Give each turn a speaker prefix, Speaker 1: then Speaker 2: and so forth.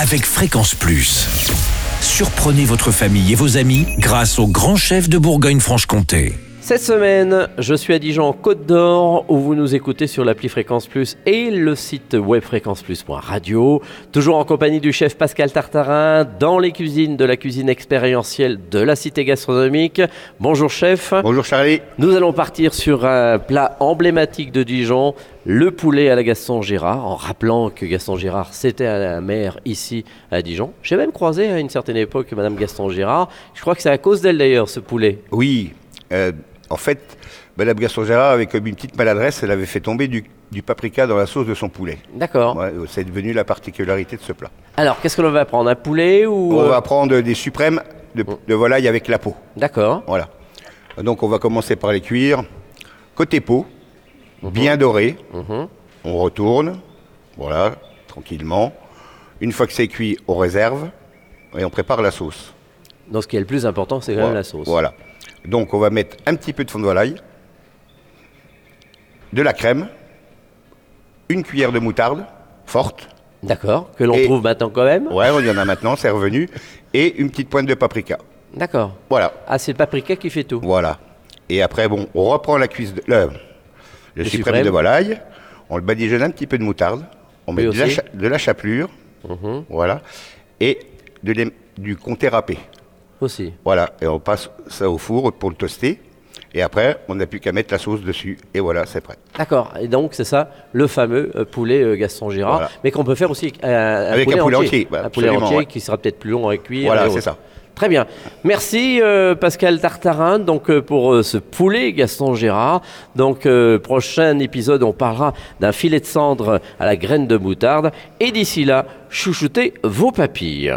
Speaker 1: avec Fréquence Plus. Surprenez votre famille et vos amis grâce au grand chef de Bourgogne-Franche-Comté.
Speaker 2: Cette semaine, je suis à Dijon, Côte d'Or, où vous nous écoutez sur l'appli Fréquence Plus et le site web fréquenceplus.radio. Toujours en compagnie du chef Pascal Tartarin, dans les cuisines de la cuisine expérientielle de la cité gastronomique. Bonjour chef.
Speaker 3: Bonjour Charlie.
Speaker 2: Nous allons partir sur un plat emblématique de Dijon, le poulet à la Gaston Gérard, en rappelant que Gaston Gérard, c'était à la mer ici à Dijon. J'ai même croisé à une certaine époque Madame Gaston Gérard. Je crois que c'est à cause d'elle d'ailleurs, ce poulet.
Speaker 3: Oui, euh, en fait, Madame Gaston-Gérard avait commis une petite maladresse, elle avait fait tomber du, du paprika dans la sauce de son poulet.
Speaker 2: D'accord.
Speaker 3: Ouais, euh, c'est devenu la particularité de ce plat.
Speaker 2: Alors, qu'est-ce que l'on va prendre Un poulet ou...
Speaker 3: On
Speaker 2: euh,
Speaker 3: va prendre des suprêmes de, de volaille avec la peau.
Speaker 2: D'accord.
Speaker 3: Voilà. Donc on va commencer par les cuire. Côté peau, bien doré. On retourne. Voilà, tranquillement. Une fois que c'est cuit, on réserve et on prépare la sauce.
Speaker 2: Donc, ce qui est le plus important, c'est quand même la sauce.
Speaker 3: Voilà. Donc on va mettre un petit peu de fond de volaille, de la crème, une cuillère de moutarde forte.
Speaker 2: D'accord. Que l'on
Speaker 3: Et-
Speaker 2: trouve maintenant quand même.
Speaker 3: Ouais, on y en a maintenant, c'est revenu. Et une petite pointe de paprika.
Speaker 2: D'accord.
Speaker 3: Voilà.
Speaker 2: Ah, c'est le paprika qui fait tout.
Speaker 3: Voilà. Et après, bon, on reprend la cuisse de. Le, le suprême,
Speaker 2: suprême.
Speaker 3: de volaille. On le badigeonne un petit peu de moutarde. On met
Speaker 2: Oui,
Speaker 3: de la,
Speaker 2: aussi. Mhm.
Speaker 3: cha- de la chapelure. Voilà. Et de l'ém- du comté râpé.
Speaker 2: Aussi.
Speaker 3: Voilà. Et on passe ça au four pour le toaster. Et après, on n'a plus qu'à mettre la sauce dessus. Et voilà, c'est prêt.
Speaker 2: D'accord. Et donc, c'est ça, le fameux euh, poulet euh, Gaston Gérard.
Speaker 3: Voilà.
Speaker 2: Mais qu'on peut faire aussi avec, euh,
Speaker 3: Avec un poulet entier, bah,
Speaker 2: un poulet
Speaker 3: absolument,
Speaker 2: entier
Speaker 3: ouais.
Speaker 2: qui sera peut-être plus long à cuire.
Speaker 3: Voilà,
Speaker 2: et
Speaker 3: c'est
Speaker 2: autres.
Speaker 3: ça.
Speaker 2: Très bien. Merci euh, Pascal Tartarin donc euh, pour euh, ce poulet Gaston Gérard. Donc euh, prochain épisode on parlera d'un filet de cendre à la graine de moutarde et d'ici là chouchoutez vos papilles.